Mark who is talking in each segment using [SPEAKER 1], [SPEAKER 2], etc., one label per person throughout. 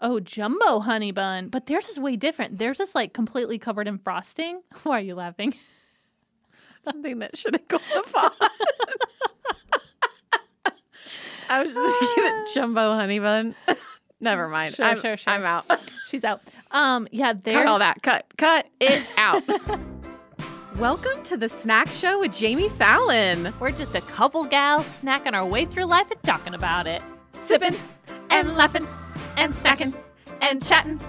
[SPEAKER 1] Oh, jumbo honey bun. But theirs is way different. Theirs is like completely covered in frosting. Why are you laughing?
[SPEAKER 2] Something that shouldn't go on the phone. I was just thinking that jumbo honey bun. Never mind.
[SPEAKER 1] Sure,
[SPEAKER 2] I'm,
[SPEAKER 1] sure, sure.
[SPEAKER 2] I'm out.
[SPEAKER 1] She's out. Um, yeah, theirs.
[SPEAKER 2] Cut all that. Cut. Cut it out. Welcome to the Snack Show with Jamie Fallon.
[SPEAKER 1] We're just a couple gals snacking our way through life and talking about it.
[SPEAKER 2] Sipping and laughing and snacking and chatting.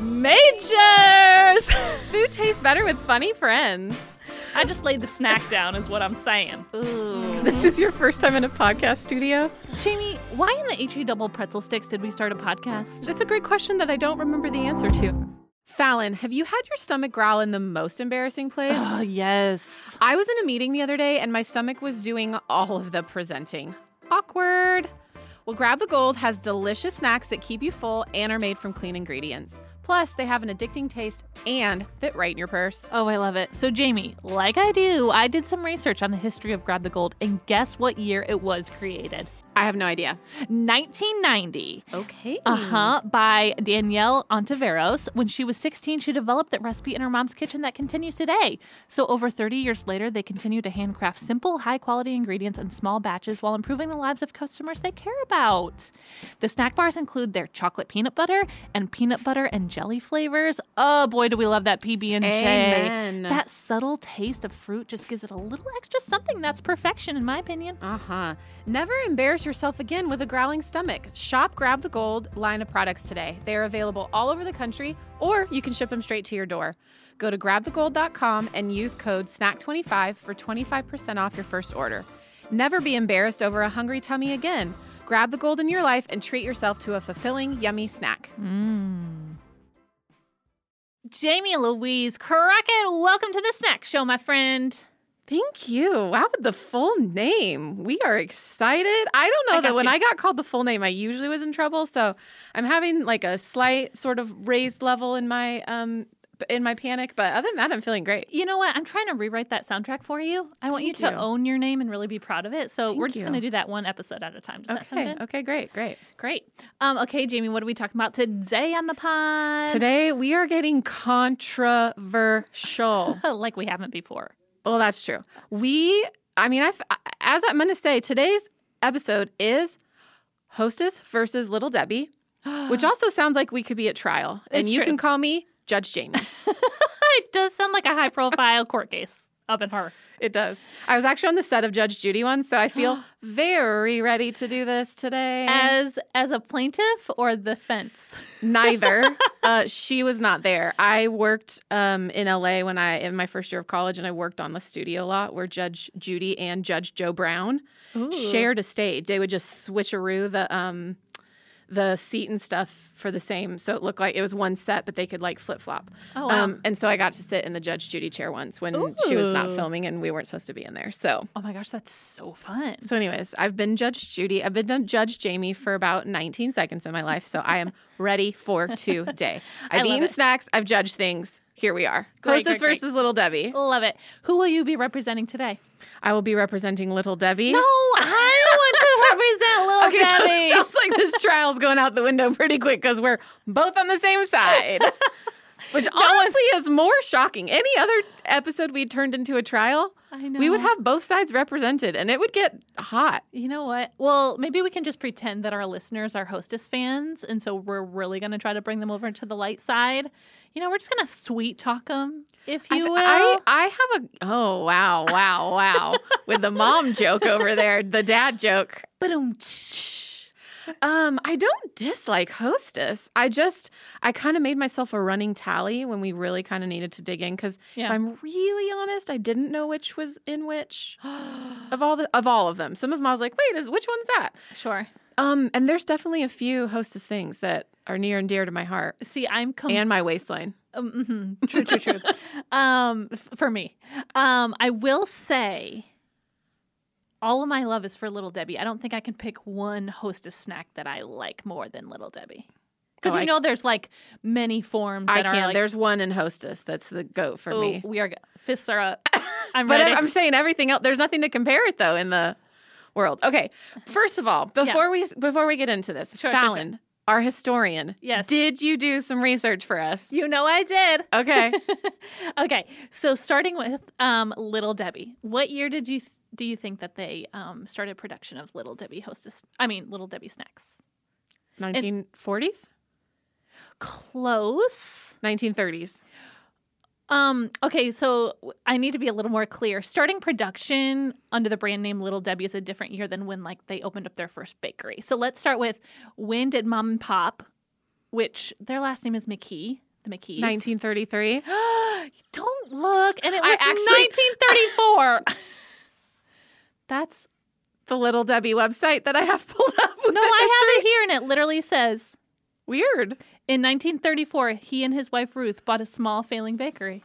[SPEAKER 2] Majors! Food tastes better with funny friends.
[SPEAKER 1] I just laid the snack down, is what I'm saying.
[SPEAKER 2] Ooh. This is your first time in a podcast studio?
[SPEAKER 1] Jamie, why in the HE double pretzel sticks did we start a podcast?
[SPEAKER 2] That's a great question that I don't remember the answer to. Fallon, have you had your stomach growl in the most embarrassing place?
[SPEAKER 1] Oh, yes.
[SPEAKER 2] I was in a meeting the other day and my stomach was doing all of the presenting. Awkward. Well, Grab the Gold has delicious snacks that keep you full and are made from clean ingredients. Plus, they have an addicting taste and fit right in your purse.
[SPEAKER 1] Oh, I love it. So, Jamie, like I do, I did some research on the history of Grab the Gold, and guess what year it was created?
[SPEAKER 2] I have no idea. Ah,
[SPEAKER 1] 1990.
[SPEAKER 2] Okay.
[SPEAKER 1] Uh huh. By Danielle Ontiveros. When she was 16, she developed that recipe in her mom's kitchen that continues today. So, over 30 years later, they continue to handcraft simple, high quality ingredients in small batches while improving the lives of customers they care about. The snack bars include their chocolate peanut butter and peanut butter and jelly flavors. Oh boy, do we love that PB&J.
[SPEAKER 2] Amen.
[SPEAKER 1] That subtle taste of fruit just gives it a little extra something. That's perfection, in my opinion.
[SPEAKER 2] Uh huh. Never embarrass yourself again with a growling stomach. Shop Grab the Gold line of products today. They are available all over the country, or you can ship them straight to your door. Go to grabthegold.com and use code SNACK25 for 25% off your first order. Never be embarrassed over a hungry tummy again. Grab the gold in your life and treat yourself to a fulfilling, yummy snack.
[SPEAKER 1] Mm. Jamie Louise Crockett, welcome to the snack show, my friend.
[SPEAKER 2] Thank you. Wow, with the full name. We are excited. I don't know
[SPEAKER 1] I
[SPEAKER 2] that
[SPEAKER 1] got
[SPEAKER 2] when
[SPEAKER 1] you.
[SPEAKER 2] I got called the full name, I usually was in trouble. So I'm having like a slight sort of raised level in my um in my panic. But other than that, I'm feeling great.
[SPEAKER 1] You know what? I'm trying to rewrite that soundtrack for you. I want you
[SPEAKER 2] Thank
[SPEAKER 1] to
[SPEAKER 2] you.
[SPEAKER 1] own your name and really be proud of it. So
[SPEAKER 2] Thank
[SPEAKER 1] we're just
[SPEAKER 2] you.
[SPEAKER 1] going to do that one episode at a time. Does that sound
[SPEAKER 2] Okay.
[SPEAKER 1] good?
[SPEAKER 2] Okay. Great. Great.
[SPEAKER 1] Great. Um, okay, Jamie, what are we talking about today on the pod?
[SPEAKER 2] Today we are getting controversial.
[SPEAKER 1] Oh, like we haven't before.
[SPEAKER 2] well, that's true. We. I mean, I. As I'm going to say, today's episode is hostess versus little Debbie. Which also sounds like we could be at trial. and
[SPEAKER 1] It's
[SPEAKER 2] you
[SPEAKER 1] true.
[SPEAKER 2] can call me Judge Jamie.
[SPEAKER 1] it does sound like a high profile court case up in her.
[SPEAKER 2] it does. I was actually on the set of Judge Judy once, so I feel very ready to do this today.
[SPEAKER 1] As as a plaintiff or the fence?
[SPEAKER 2] Neither. uh, she was not there. I worked um, in LA when I in my first year of college, and I worked on the studio lot where Judge Judy and Judge Joe Brown shared a stage. They would just switcheroo the um, the seat and stuff for the same, so it looked like it was one set, but they could like flip flop.
[SPEAKER 1] Oh, wow.
[SPEAKER 2] and so I got to sit in the Judge Judy chair once when she was not
[SPEAKER 1] Ooh.
[SPEAKER 2] filming, and we weren't supposed to be in there. So.
[SPEAKER 1] Oh my gosh, that's so fun.
[SPEAKER 2] So, anyways, I've been Judge Judy. I've been Judge Jamie for about 19 seconds in my life. So, I am ready for today. I've
[SPEAKER 1] love
[SPEAKER 2] eaten
[SPEAKER 1] it.
[SPEAKER 2] snacks. I've judged things. Here we are.
[SPEAKER 1] Great, great,
[SPEAKER 2] Hostess
[SPEAKER 1] great.
[SPEAKER 2] versus Little Debbie.
[SPEAKER 1] Love it. Who will you be representing today?
[SPEAKER 2] I will be representing Little Debbie.
[SPEAKER 1] No, I want to
[SPEAKER 2] Okay,
[SPEAKER 1] represent Little
[SPEAKER 2] so it
[SPEAKER 1] Debbie.
[SPEAKER 2] sounds like this trial's going out the window pretty quick because we're both on the same side. Which honestly is more shocking. Any other episode we turned into a trial,
[SPEAKER 1] I
[SPEAKER 2] we would
[SPEAKER 1] know.
[SPEAKER 2] have both sides represented and it would get hot.
[SPEAKER 1] You know what? Well, maybe we can just pretend that our listeners are hostess fans, and so we're really going to try to bring them over to the light side. You know, we're just going to sweet talk them, if you will.
[SPEAKER 2] I, I have a oh wow wow wow with the mom joke over there the dad joke
[SPEAKER 1] Ba-dum-tsh.
[SPEAKER 2] um I don't dislike hostess I just I kind of made myself a running tally when we really kind of needed to dig in because if
[SPEAKER 1] Yeah.
[SPEAKER 2] I'm really honest I didn't know which was in which of all the of all of them some of them I was like wait is which one's that
[SPEAKER 1] sure.
[SPEAKER 2] um and there's definitely a few hostess things that are near and dear to my heart
[SPEAKER 1] See, I'm com-
[SPEAKER 2] and my waistline
[SPEAKER 1] um, mhm. true, true, true. um, f- for me, um, I will say, all of my love is for Little Debbie. I don't think I can pick one hostess snack that I like more than Little Debbie. Because
[SPEAKER 2] Oh,
[SPEAKER 1] you
[SPEAKER 2] I-
[SPEAKER 1] know, there's like many forms.
[SPEAKER 2] I
[SPEAKER 1] That
[SPEAKER 2] can
[SPEAKER 1] Are, like,
[SPEAKER 2] there's one in hostess that's the goat for
[SPEAKER 1] Oh,
[SPEAKER 2] me
[SPEAKER 1] we are g- fists are up. I'm
[SPEAKER 2] But
[SPEAKER 1] ready.
[SPEAKER 2] I- I'm saying everything else. There's nothing to compare it though in the world. Okay, first of all, before we before we get into this,
[SPEAKER 1] Sure, sure,
[SPEAKER 2] Fallon, our historian.
[SPEAKER 1] Yes.
[SPEAKER 2] Did you do some research for us?
[SPEAKER 1] You know I did.
[SPEAKER 2] Okay.
[SPEAKER 1] okay, so starting with um, Little Debbie, what year did you th- do you think that they um, started production of Little Debbie Hostess? I mean, Little Debbie Snacks.
[SPEAKER 2] 1940s?
[SPEAKER 1] Close.
[SPEAKER 2] 1930s.
[SPEAKER 1] Um, okay, so I need to be a little more clear. Starting production under the brand name Little Debbie is a different year than when like they opened up their first bakery. So let's start with when did Mom and Pop, which their last name is McKee, the McKees.
[SPEAKER 2] 1933.
[SPEAKER 1] Don't look. And it
[SPEAKER 2] I
[SPEAKER 1] was actually, 1934. That's
[SPEAKER 2] The Little Debbie website that I have pulled up. with
[SPEAKER 1] no,
[SPEAKER 2] the
[SPEAKER 1] I have it here, and it literally says
[SPEAKER 2] history. Weird.
[SPEAKER 1] in 1934, he and his wife Ruth bought a small failing bakery.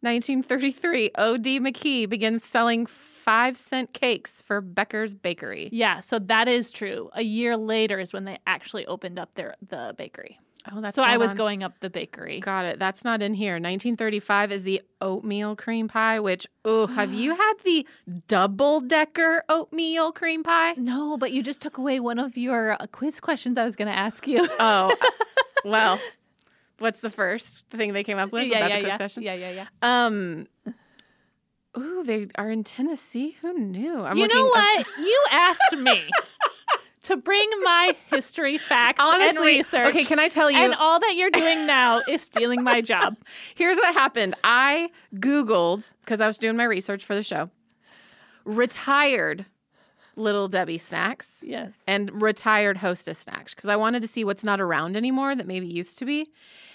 [SPEAKER 2] 1933. O.D. McKee begins selling five cent cakes for Becker's Bakery.
[SPEAKER 1] Yeah, so that is true. A year later is when they actually opened up their the bakery.
[SPEAKER 2] Oh, that's
[SPEAKER 1] so I
[SPEAKER 2] not
[SPEAKER 1] was
[SPEAKER 2] on.
[SPEAKER 1] going up the bakery.
[SPEAKER 2] Got it. That's not in here. 1935 is the oatmeal cream pie, which, oh, have you had the double decker oatmeal cream pie?
[SPEAKER 1] No, but you just took away one of your uh, quiz questions I was going to ask you.
[SPEAKER 2] Oh, well, what's the first thing they came up with? Was that the quiz
[SPEAKER 1] yeah.
[SPEAKER 2] question?
[SPEAKER 1] yeah, yeah, yeah.
[SPEAKER 2] Um, ooh, they are in Tennessee. Who knew? I'm
[SPEAKER 1] you know
[SPEAKER 2] looking-
[SPEAKER 1] what? you asked me to bring my history facts and
[SPEAKER 2] Honestly,
[SPEAKER 1] research.
[SPEAKER 2] okay, can I tell you?
[SPEAKER 1] and all that you're doing now is stealing my job.
[SPEAKER 2] Here's what happened. I Googled, because I was doing my research for the show, retired Little Debbie snacks
[SPEAKER 1] Yes.
[SPEAKER 2] and retired hostess snacks, because I wanted to see what's not around anymore that maybe used to be.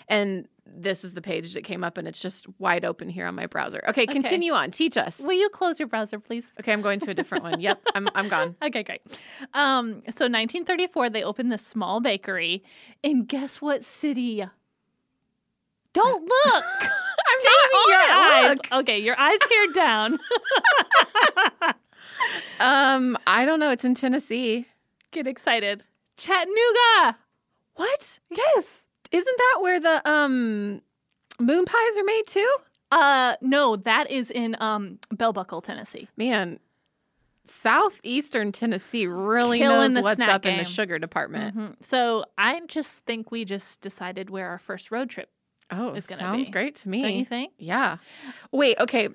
[SPEAKER 2] And this is the page that came up, and it's just wide open here on my browser. Okay, continue on. Teach us.
[SPEAKER 1] Will you close your browser, please?
[SPEAKER 2] Okay, I'm going to a different one. Yep, I'm, I'm gone.
[SPEAKER 1] Okay, great. Um, so 1934, they opened this small bakery, and guess what city? Don't look.
[SPEAKER 2] I'm
[SPEAKER 1] Jamie, your
[SPEAKER 2] not on
[SPEAKER 1] eyes.
[SPEAKER 2] it. Look.
[SPEAKER 1] Okay, your eyes peered down.
[SPEAKER 2] Um, I don't know. It's in Tennessee.
[SPEAKER 1] Get excited. Chattanooga.
[SPEAKER 2] What?
[SPEAKER 1] Yes.
[SPEAKER 2] Isn't that where the um moon pies are made too?
[SPEAKER 1] Uh, no, that is in um Bell Buckle, Tennessee.
[SPEAKER 2] Man, southeastern Tennessee really
[SPEAKER 1] Killing the
[SPEAKER 2] knows what's
[SPEAKER 1] snack
[SPEAKER 2] up in the
[SPEAKER 1] game.
[SPEAKER 2] sugar department.
[SPEAKER 1] Mhm. So I just think we just decided where our first road trip.
[SPEAKER 2] Oh,
[SPEAKER 1] Mm-hmm. It's gonna
[SPEAKER 2] sounds
[SPEAKER 1] be.
[SPEAKER 2] great to me.
[SPEAKER 1] Don't you think?
[SPEAKER 2] yeah. Wait. Okay.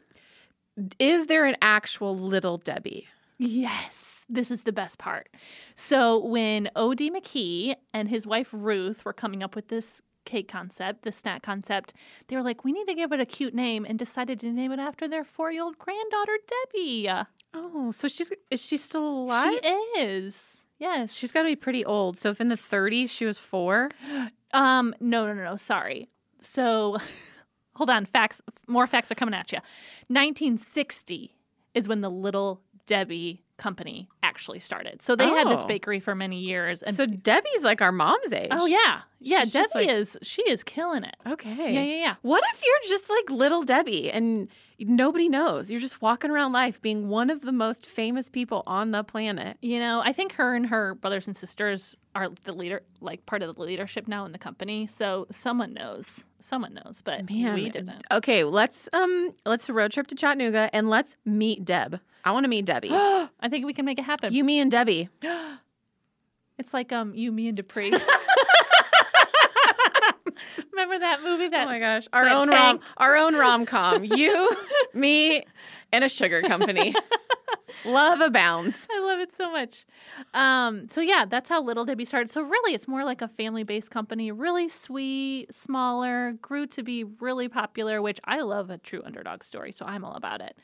[SPEAKER 2] Is there an actual Little Debbie?
[SPEAKER 1] Yes, this is the best part. So when O.D. McKee and his wife Ruth were coming up with this cake concept, this snack concept, they were like, "We need to give it a cute name," and decided to name it after their four-year-old granddaughter Debbie.
[SPEAKER 2] Oh, so she's is she still alive?
[SPEAKER 1] She is. Yes.
[SPEAKER 2] she's got to be pretty old. So if in the 30s she was four,
[SPEAKER 1] Um, no, no, no, no. Sorry. So, hold on. Facts. More facts are coming at you. 1960 is when the Little Debbie Company actually started. So they had this
[SPEAKER 2] Oh.
[SPEAKER 1] bakery for many years. And
[SPEAKER 2] so Debbie's like our mom's age.
[SPEAKER 1] oh yeah, yeah.
[SPEAKER 2] She's
[SPEAKER 1] Debbie
[SPEAKER 2] just like-
[SPEAKER 1] is. She is killing it.
[SPEAKER 2] Okay.
[SPEAKER 1] Yeah, yeah, yeah.
[SPEAKER 2] What if you're just like little Debbie and nobody knows? You're just walking around life being one of the most famous people on the planet.
[SPEAKER 1] You know, I think her and her brothers and sisters are the leader, like part of the leadership now in the company. So someone knows. Someone knows, but
[SPEAKER 2] Man,
[SPEAKER 1] we didn't.
[SPEAKER 2] Okay, let's um let's road trip to Chattanooga and let's meet Deb. I want to meet Debbie.
[SPEAKER 1] I think we can make it happen.
[SPEAKER 2] you, me, and Debbie.
[SPEAKER 1] It's like um you, me, and Dupree. Remember that movie? That
[SPEAKER 2] Oh gosh, our
[SPEAKER 1] that
[SPEAKER 2] own rom,
[SPEAKER 1] tanked.
[SPEAKER 2] our own rom com. you, me, and a sugar company. Love abounds.
[SPEAKER 1] I love it so much. Um, so yeah, that's how Little Debbie started. So really, it's more like a family-based company. Really sweet, smaller, grew to be really popular. Which I love a true underdog story, so I'm all about it.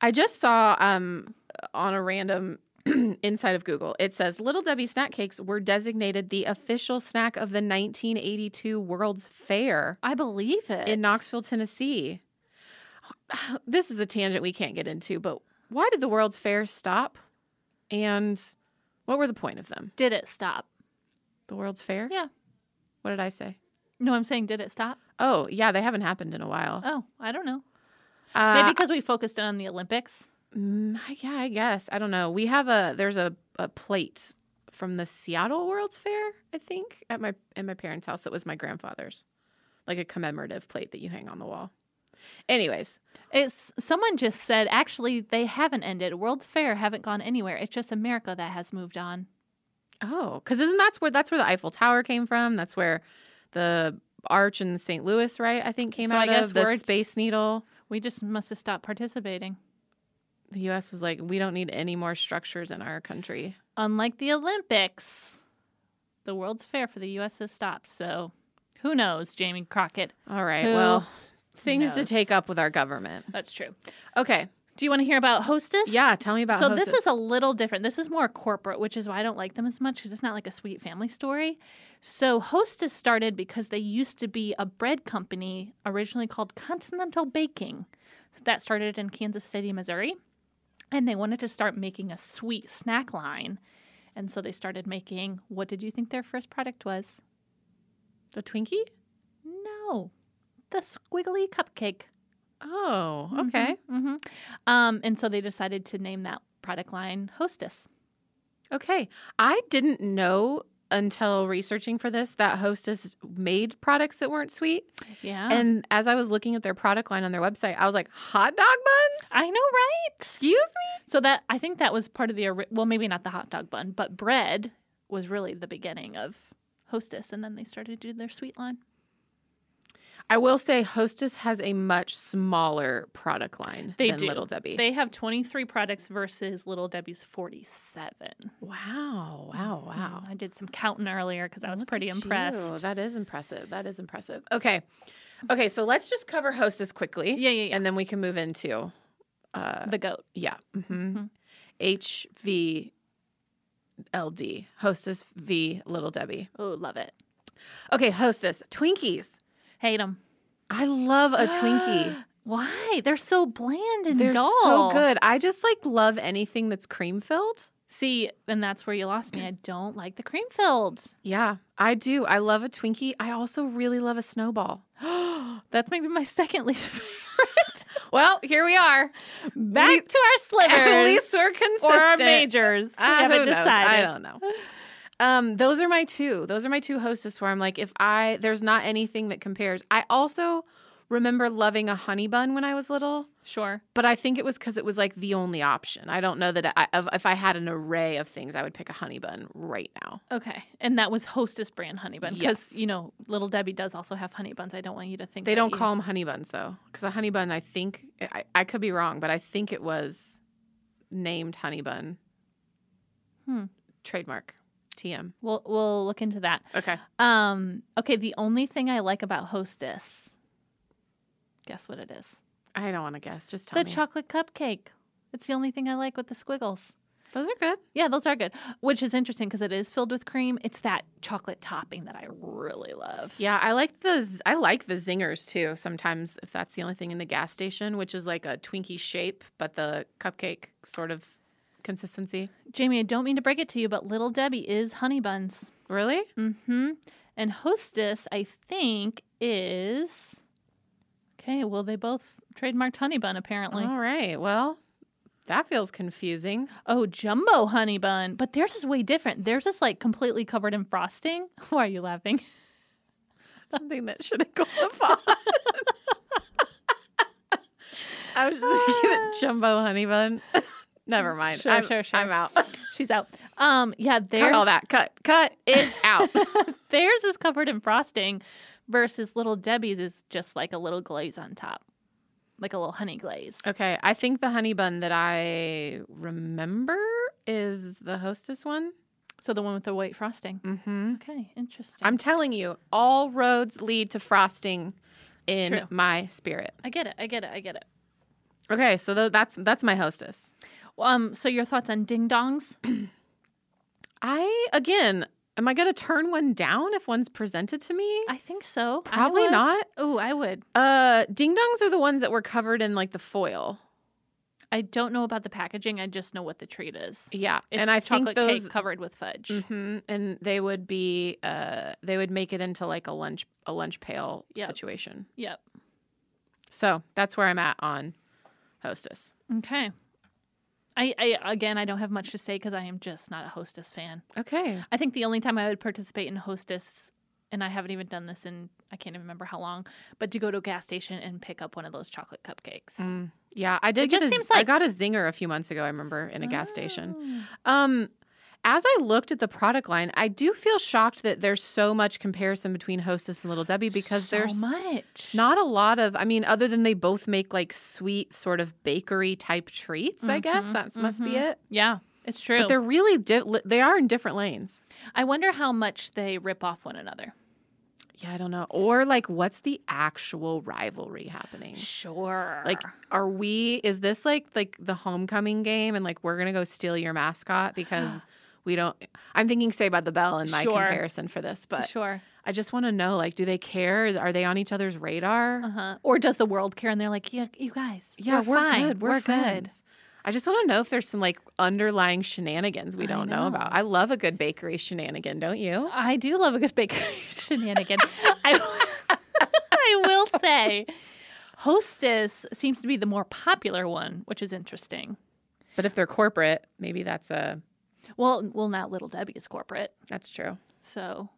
[SPEAKER 2] I just saw um, on a random inside of Google, it says Little Debbie snack cakes were designated the official snack of the 1982 World's Fair
[SPEAKER 1] I believe it.
[SPEAKER 2] in Knoxville, Tennessee. This is a tangent we can't get into, but why did the World's Fair stop? And what were the point of them?
[SPEAKER 1] did it stop?
[SPEAKER 2] The World's Fair?
[SPEAKER 1] Yeah.
[SPEAKER 2] What did I say?
[SPEAKER 1] No, I'm saying did it stop?
[SPEAKER 2] Oh, yeah, they haven't happened in a while.
[SPEAKER 1] Oh, I don't know.
[SPEAKER 2] Uh,
[SPEAKER 1] Maybe because we focused in on the Olympics.
[SPEAKER 2] Mm, I- yeah, I guess. I don't know. We have a there's a, a plate from the Seattle World's Fair, I think, at my at my parents' house. It was my grandfather's. Like a commemorative plate that you hang on the wall. Anyways,
[SPEAKER 1] It's someone just said actually they haven't ended. World's Fair haven't gone anywhere. It's just America that has moved on.
[SPEAKER 2] Oh, because isn't that's where that's where the Eiffel Tower came from? That's where the arch in St. Louis, right? I think came
[SPEAKER 1] So I
[SPEAKER 2] out
[SPEAKER 1] guess
[SPEAKER 2] of the
[SPEAKER 1] we're-
[SPEAKER 2] Space Needle.
[SPEAKER 1] We just must have stopped participating.
[SPEAKER 2] The U.S. was like, we don't need any more structures in our country.
[SPEAKER 1] Unlike the Olympics, the World's Fair for the U.S. has stopped. So who knows, Jamie Crockett?
[SPEAKER 2] All right,
[SPEAKER 1] Who
[SPEAKER 2] well, things to
[SPEAKER 1] knows?
[SPEAKER 2] take up with our government.
[SPEAKER 1] That's true.
[SPEAKER 2] Okay,
[SPEAKER 1] Do you want to hear about Hostess?
[SPEAKER 2] yeah, tell me about.
[SPEAKER 1] so this is
[SPEAKER 2] Hostess.
[SPEAKER 1] a little different. This is more corporate, which is why I don't like them as much because it's not like a sweet family story. So Hostess started because they used to be a bread company originally called Continental Baking. So that started in Kansas City, Missouri, and they wanted to start making a sweet snack line. And so they started making what did you think their first product was?
[SPEAKER 2] the Twinkie.
[SPEAKER 1] No. The squiggly cupcake.
[SPEAKER 2] Oh, okay.
[SPEAKER 1] hmm Um, and so they decided to name that product line Hostess.
[SPEAKER 2] Okay. I didn't know until researching for this that Hostess made products that weren't sweet.
[SPEAKER 1] Yeah.
[SPEAKER 2] And as I was looking at their product line on their website, I was like, hot dog buns?
[SPEAKER 1] I know, right?
[SPEAKER 2] Excuse me?
[SPEAKER 1] So that I think that was part of the ori- well, maybe not the hot dog bun, but bread was really the beginning of Hostess, and then they started to do their sweet line.
[SPEAKER 2] I will say Hostess has a much smaller product line
[SPEAKER 1] They
[SPEAKER 2] than
[SPEAKER 1] do.
[SPEAKER 2] Little Debbie.
[SPEAKER 1] They have 23 products versus Little Debbie's 47.
[SPEAKER 2] wow, wow, wow.
[SPEAKER 1] I did some counting earlier because I was
[SPEAKER 2] Look
[SPEAKER 1] Mm-hmm. pretty
[SPEAKER 2] at you.
[SPEAKER 1] impressed.
[SPEAKER 2] That is impressive. That is impressive. Okay. Okay, so let's just cover Hostess quickly.
[SPEAKER 1] yeah, yeah, yeah.
[SPEAKER 2] And then we can move into uh,
[SPEAKER 1] the goat.
[SPEAKER 2] Yeah. hmm
[SPEAKER 1] Mhm.
[SPEAKER 2] HVLD, Hostess V Little Debbie.
[SPEAKER 1] Oh, love it.
[SPEAKER 2] Okay, Hostess, Twinkies.
[SPEAKER 1] Hate them.
[SPEAKER 2] I love a Twinkie.
[SPEAKER 1] Why? They're so bland and
[SPEAKER 2] They're
[SPEAKER 1] dull.
[SPEAKER 2] so good. I just like love anything that's cream filled.
[SPEAKER 1] See, and that's where you lost me. I don't like the cream filled.
[SPEAKER 2] Yeah, I do. I love a Twinkie. I also really love a snowball.
[SPEAKER 1] That's maybe my second least favorite.
[SPEAKER 2] Well, here we are.
[SPEAKER 1] Back
[SPEAKER 2] Le-
[SPEAKER 1] to our slivers.
[SPEAKER 2] At least we're consistent.
[SPEAKER 1] or our majors.
[SPEAKER 2] Ah,
[SPEAKER 1] we haven't
[SPEAKER 2] who knows?
[SPEAKER 1] decided.
[SPEAKER 2] I don't know. Um, those are my two. Those are my two hostess where I'm like, if I there's not anything that compares. I also remember loving a honey bun when I was little,
[SPEAKER 1] Sure.
[SPEAKER 2] but I think it was because it was like the only option. I don't know that I, of- if I had an array of things, I would pick a honey bun right now.
[SPEAKER 1] Okay. And that was Hostess brand honey bun because
[SPEAKER 2] Yes.
[SPEAKER 1] you know Little Debbie does also have honey buns. I don't want you to think
[SPEAKER 2] They
[SPEAKER 1] that
[SPEAKER 2] don't
[SPEAKER 1] you-
[SPEAKER 2] call them honey buns though, because a honey bun, I think I, I could be wrong, but I think it was named honey bun.
[SPEAKER 1] Hmm.
[SPEAKER 2] Trademark, TM.
[SPEAKER 1] We'll we'll look into that.
[SPEAKER 2] Okay.
[SPEAKER 1] Um. Okay. The only thing I like about Hostess. Guess what it is?
[SPEAKER 2] I don't want to guess. Just tell
[SPEAKER 1] The
[SPEAKER 2] me.
[SPEAKER 1] chocolate cupcake. It's the only thing I like with the squiggles.
[SPEAKER 2] Those are good.
[SPEAKER 1] Yeah, those are good. Which is interesting because it is filled with cream. It's that chocolate topping that I really love.
[SPEAKER 2] Yeah, I like the z- I like the zingers too. Sometimes if that's the only thing in the gas station, which is like a Twinkie shape, but the cupcake sort of consistency.
[SPEAKER 1] Jamie, I don't mean to break it to you, but Little Debbie is honey buns.
[SPEAKER 2] Really?
[SPEAKER 1] Mm-hmm. And Hostess, I think, is okay. Well, they both trademarked honey bun apparently.
[SPEAKER 2] All right. Well, that feels confusing.
[SPEAKER 1] Oh, jumbo honey bun, but theirs is way different. Theirs is like completely covered in frosting. Why are you laughing?
[SPEAKER 2] Something that should have qualified. I was just thinking that jumbo honey bun. Never mind.
[SPEAKER 1] Sure,
[SPEAKER 2] I'm,
[SPEAKER 1] sure, sure.
[SPEAKER 2] I'm out.
[SPEAKER 1] She's out. Um, yeah, theirs.
[SPEAKER 2] Cut all that. Cut. Cut it out.
[SPEAKER 1] Theirs is covered in frosting, versus Little Debbie's is just like a little glaze on top, like a little honey glaze.
[SPEAKER 2] Okay, I think the honey bun that I remember is the hostess one.
[SPEAKER 1] So the one with the white frosting.
[SPEAKER 2] Mm-hmm.
[SPEAKER 1] Okay, interesting.
[SPEAKER 2] I'm telling you, all roads lead to frosting
[SPEAKER 1] It's
[SPEAKER 2] in
[SPEAKER 1] true.
[SPEAKER 2] my spirit.
[SPEAKER 1] I get it. I get it. I get it.
[SPEAKER 2] Okay, so tho- that's that's my hostess.
[SPEAKER 1] Um, so your thoughts on ding dongs?
[SPEAKER 2] I again, am I going to turn one down if one's presented to me?
[SPEAKER 1] I think so. I
[SPEAKER 2] Probably
[SPEAKER 1] would.
[SPEAKER 2] not.
[SPEAKER 1] Oh, I would.
[SPEAKER 2] Uh, ding dongs are the ones that were covered in like the foil.
[SPEAKER 1] I don't know about the packaging. I just know what the treat is.
[SPEAKER 2] Yeah,
[SPEAKER 1] It's
[SPEAKER 2] and I think
[SPEAKER 1] chocolate
[SPEAKER 2] those.
[SPEAKER 1] cake covered with fudge.
[SPEAKER 2] Mhm, and they would be, uh, they would make it into like a lunch, a lunch pail
[SPEAKER 1] Yep.
[SPEAKER 2] situation.
[SPEAKER 1] Yep.
[SPEAKER 2] So that's where I'm at on hostess.
[SPEAKER 1] Okay. I, I again, I don't have much to say because I am just not a Hostess fan.
[SPEAKER 2] Okay.
[SPEAKER 1] I think the only time I would participate in Hostess, and I haven't even done this in I can't even remember how long, but to go to a gas station and pick up one of those chocolate cupcakes.
[SPEAKER 2] Mm, yeah, I did
[SPEAKER 1] It
[SPEAKER 2] get
[SPEAKER 1] just
[SPEAKER 2] a,
[SPEAKER 1] seems
[SPEAKER 2] I
[SPEAKER 1] like-
[SPEAKER 2] got a zinger a few months ago, I remember, in a gas station.
[SPEAKER 1] Oh.
[SPEAKER 2] Um As I looked at the product line, I do feel shocked that there's so much comparison between Hostess and Little Debbie because
[SPEAKER 1] so
[SPEAKER 2] there's
[SPEAKER 1] much.
[SPEAKER 2] not a lot of, I mean, other than they both make like sweet, sort of bakery type treats, I guess.
[SPEAKER 1] Mhm,
[SPEAKER 2] That must be
[SPEAKER 1] mhm.
[SPEAKER 2] it.
[SPEAKER 1] Yeah, it's true.
[SPEAKER 2] But they're really, di- li- they are in different lanes.
[SPEAKER 1] I wonder how much they rip off one another.
[SPEAKER 2] Yeah, I don't know. Or like, what's the actual rivalry happening?
[SPEAKER 1] Sure.
[SPEAKER 2] Like, are we? Is this like like the homecoming game? And like, we're gonna go steal your mascot because we don't. I'm thinking Say by the Bell in my
[SPEAKER 1] Sure.
[SPEAKER 2] comparison for this, but
[SPEAKER 1] sure.
[SPEAKER 2] I just want to know like, do they care? Is- Are they on each other's radar?
[SPEAKER 1] Uh-huh. Or does the world care? And they're like, yeah, you guys.
[SPEAKER 2] yeah, we're,
[SPEAKER 1] fine.
[SPEAKER 2] good. We're,
[SPEAKER 1] good.
[SPEAKER 2] friends. I just want to know if there's some like underlying shenanigans we
[SPEAKER 1] I
[SPEAKER 2] don't know. about.
[SPEAKER 1] know.
[SPEAKER 2] I love a good bakery shenanigan, don't you?
[SPEAKER 1] I do love a good bakery shenanigan. I, I will say, Hostess seems to be the more popular one, which is interesting.
[SPEAKER 2] But if they're corporate, maybe that's a
[SPEAKER 1] Well, well, now Little Debbie is corporate,
[SPEAKER 2] that's true.
[SPEAKER 1] so.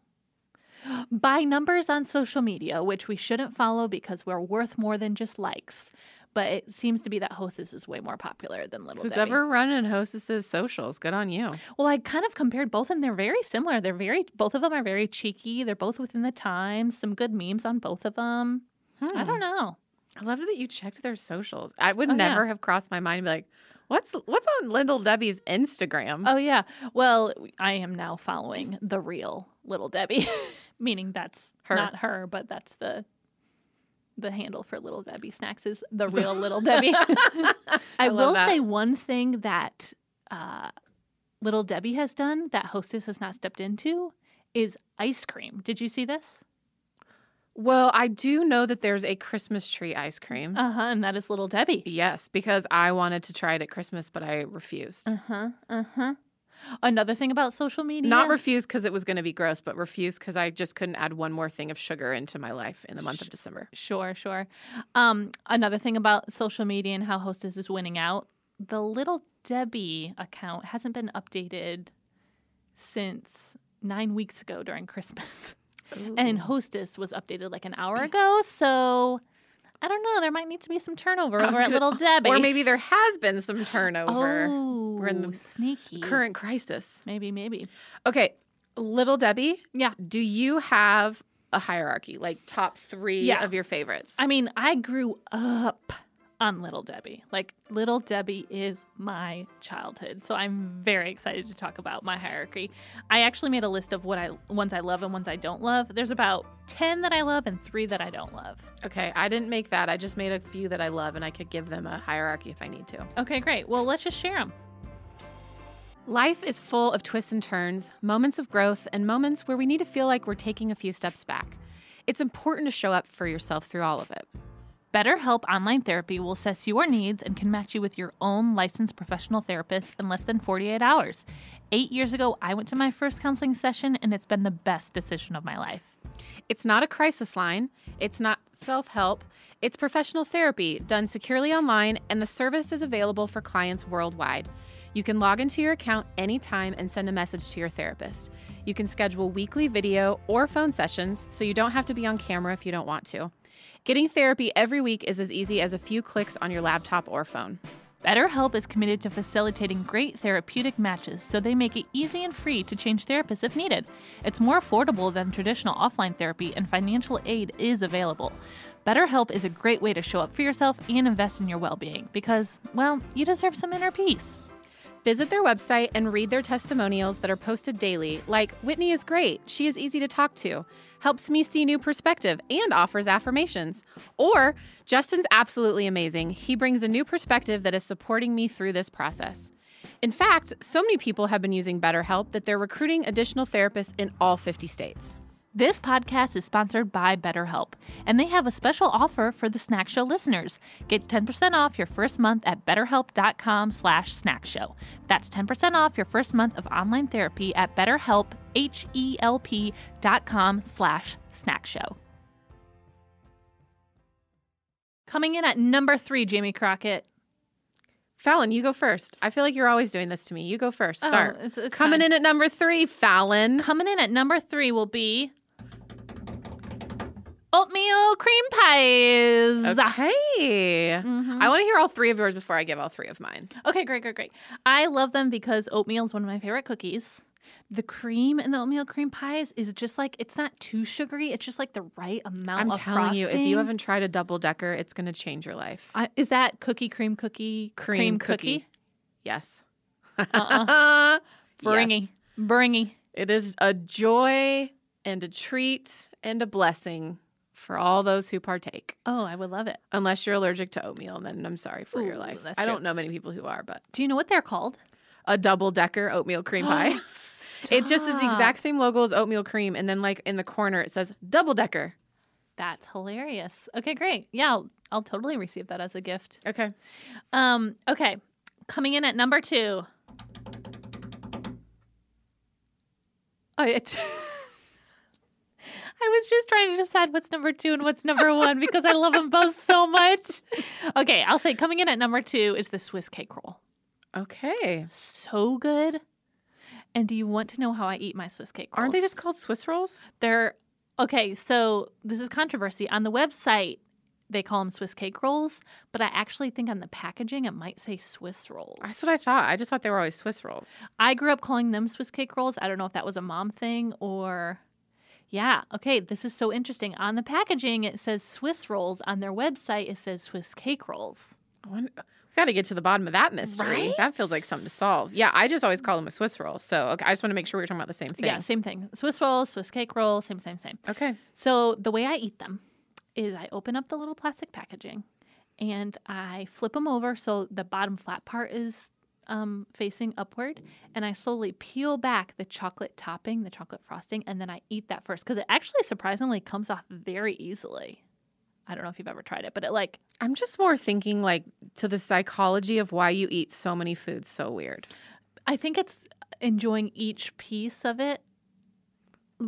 [SPEAKER 1] By numbers on social media, which we shouldn't follow because we're worth more than just likes, but it seems to be that Hostess is way more popular than Little
[SPEAKER 2] Who's
[SPEAKER 1] Debbie.
[SPEAKER 2] ever running Hostess's socials? Good on you.
[SPEAKER 1] Well, I kind of compared both, and they're very similar. They're very both of them are very cheeky. They're both within the times. Some good memes on both of them. I
[SPEAKER 2] Hmm.
[SPEAKER 1] don't know.
[SPEAKER 2] I love that you checked their socials. I would
[SPEAKER 1] Oh, yeah.
[SPEAKER 2] never have crossed my mind to be like, what's what's on Lindell Debbie's Instagram?
[SPEAKER 1] Oh yeah. Well, I am now following the real Little Debbie, meaning that's
[SPEAKER 2] Her.
[SPEAKER 1] not her, but that's the the handle for Little Debbie Snacks is the real Little Debbie. I,
[SPEAKER 2] I love
[SPEAKER 1] will
[SPEAKER 2] that.
[SPEAKER 1] say one thing that uh, Little Debbie has done that Hostess has not stepped into is ice cream. Did you see this?
[SPEAKER 2] Well, I do know that there's a Christmas tree ice cream.
[SPEAKER 1] Uh huh. And that is Little Debbie.
[SPEAKER 2] yes, because I wanted to try it at Christmas, but I refused.
[SPEAKER 1] Uh-huh. Uh-huh. Another thing about social media.
[SPEAKER 2] Not refused because it was going to be gross, but refused because I just couldn't add one more thing of sugar into my life in the month of December.
[SPEAKER 1] sure, sure. Um, another thing about social media and how Hostess is winning out, the little Debbie account hasn't been updated since nine weeks ago during Christmas. And Hostess was updated like an hour ago, so I don't know. There might need to be some turnover
[SPEAKER 2] I was
[SPEAKER 1] over at
[SPEAKER 2] gonna-
[SPEAKER 1] Little Debbie.
[SPEAKER 2] or maybe there has been some turnover.
[SPEAKER 1] Oh,
[SPEAKER 2] We're in the
[SPEAKER 1] sneaky.
[SPEAKER 2] Current crisis.
[SPEAKER 1] Maybe, maybe.
[SPEAKER 2] Okay, Little Debbie.
[SPEAKER 1] Yeah.
[SPEAKER 2] Do you have a hierarchy, like top three
[SPEAKER 1] Yeah.
[SPEAKER 2] of your favorites?
[SPEAKER 1] I mean, I grew up on Little Debbie. Like, Little Debbie is my childhood. So I'm very excited to talk about my hierarchy. I actually made a list of what I ones I love and ones I don't love. There's about 10 that I love and 3 that I don't love.
[SPEAKER 2] okay, I didn't make that. I just made a few that I love, and I could give them a hierarchy if I need to.
[SPEAKER 1] Okay, great. Well, let's just share them.
[SPEAKER 2] Life is full of twists and turns, moments of growth, and moments where we need to feel like we're taking a few steps back. It's important to show up for yourself through all of it.
[SPEAKER 1] BetterHelp Online Therapy will assess your needs and can match you with your own licensed professional therapist in less than 48 hours. Eight years ago, I went to my first counseling session, and it's been the best decision of my life.
[SPEAKER 2] It's not a crisis line, it's not self help, it's professional therapy done securely online, and the service is available for clients worldwide. You can log into your account anytime and send a message to your therapist. You can schedule weekly video or phone sessions so you don't have to be on camera if you don't want to. Getting therapy every week is as easy as a few clicks on your laptop or phone.
[SPEAKER 1] BetterHelp is committed to facilitating great therapeutic matches, so they make it easy and free to change therapists if needed. It's more affordable than traditional offline therapy, and financial aid is available. BetterHelp is a great way to show up for yourself and invest in your well being because, well, you deserve some inner peace.
[SPEAKER 2] Visit their website and read their testimonials that are posted daily, like Whitney is great, she is easy to talk to, helps me see new perspective, and offers affirmations. Or Justin's absolutely amazing, he brings a new perspective that is supporting me through this process. In fact, so many people have been using BetterHelp that they're recruiting additional therapists in all 50 states.
[SPEAKER 1] This podcast is sponsored by BetterHelp, and they have a special offer for the Snack Show listeners. Get 10% off your first month at betterhelp.com slash snackshow. That's 10% off your first month of online therapy at betterhelp, H-E-L-P dot com slash snackshow. Coming in at number three, Jamie Crockett.
[SPEAKER 2] Fallon, you go first. I feel like you're always doing this to me. You go first.
[SPEAKER 1] Oh,
[SPEAKER 2] Start.
[SPEAKER 1] it's- it's
[SPEAKER 2] Coming
[SPEAKER 1] fine.
[SPEAKER 2] in at number three, Fallon.
[SPEAKER 1] Coming in at number three will be oatmeal cream pies.
[SPEAKER 2] Okay.
[SPEAKER 1] Mhm.
[SPEAKER 2] I want to hear all three of yours before I give all three of mine.
[SPEAKER 1] Okay, great, great, great. I love them because oatmeal is one of my favorite cookies. The cream in the oatmeal cream pies is just like it's not too sugary. It's just like the right amount.
[SPEAKER 2] I'm
[SPEAKER 1] of
[SPEAKER 2] telling you, if
[SPEAKER 1] frosting.
[SPEAKER 2] you haven't tried a double decker, it's going to change your life.
[SPEAKER 1] I, is that cookie cream cookie
[SPEAKER 2] Cream cookie. Yes.
[SPEAKER 1] Uh-uh. Bringy,
[SPEAKER 2] Yes.
[SPEAKER 1] bringy.
[SPEAKER 2] It is a joy and a treat and a blessing for all those who partake.
[SPEAKER 1] Oh, I would love it.
[SPEAKER 2] Unless you're allergic to oatmeal, then I'm sorry for your
[SPEAKER 1] Ooh,
[SPEAKER 2] life.
[SPEAKER 1] that's
[SPEAKER 2] I
[SPEAKER 1] true.
[SPEAKER 2] don't know many people who are, but
[SPEAKER 1] Do you know what they're called?
[SPEAKER 2] a double decker oatmeal cream pie. It just is the
[SPEAKER 1] Stop.
[SPEAKER 2] exact same logo as oatmeal cream, and then like in the corner it says double decker.
[SPEAKER 1] That's hilarious. Okay, great. Yeah, I'll, I'll totally receive that as a gift.
[SPEAKER 2] Okay.
[SPEAKER 1] Um, okay, coming in at number two. Oh, it. I was just trying to decide what's number two and what's number one because I love them both so much. Okay, I'll say coming in at number two is the Swiss cake roll.
[SPEAKER 2] Okay.
[SPEAKER 1] So good. And do you want to know how I eat my Swiss cake rolls?
[SPEAKER 2] Aren't they just called Swiss rolls?
[SPEAKER 1] They're okay. So this is controversy on the website. They call them Swiss cake rolls, but I actually think on the packaging it might say Swiss rolls.
[SPEAKER 2] That's what I thought. I just thought they were always Swiss rolls.
[SPEAKER 1] I grew up calling them Swiss cake rolls. I don't know if that was a mom thing or. Yeah, okay, this is so interesting. On the packaging, it says Swiss rolls. On their website, it says Swiss cake rolls.
[SPEAKER 2] I wonder- uh, We got to get to the bottom of that mystery.
[SPEAKER 1] Right?
[SPEAKER 2] That feels like something to solve. Yeah, I just always call them a Swiss roll. So okay, I just want to make sure we're talking about the same thing.
[SPEAKER 1] Yeah, same thing. Swiss rolls, Swiss cake roll, same, same, same.
[SPEAKER 2] Okay.
[SPEAKER 1] So the way I eat them is I open up the little plastic packaging and I flip them over so the bottom flat part is um, facing upward and I slowly peel back the chocolate topping, the chocolate frosting, and then I eat that first because it actually surprisingly comes off very easily. I don't know if you've ever tried it, but it like
[SPEAKER 2] I'm just more thinking like to the psychology of why you eat so many foods so weird.
[SPEAKER 1] I think it's enjoying each piece of it,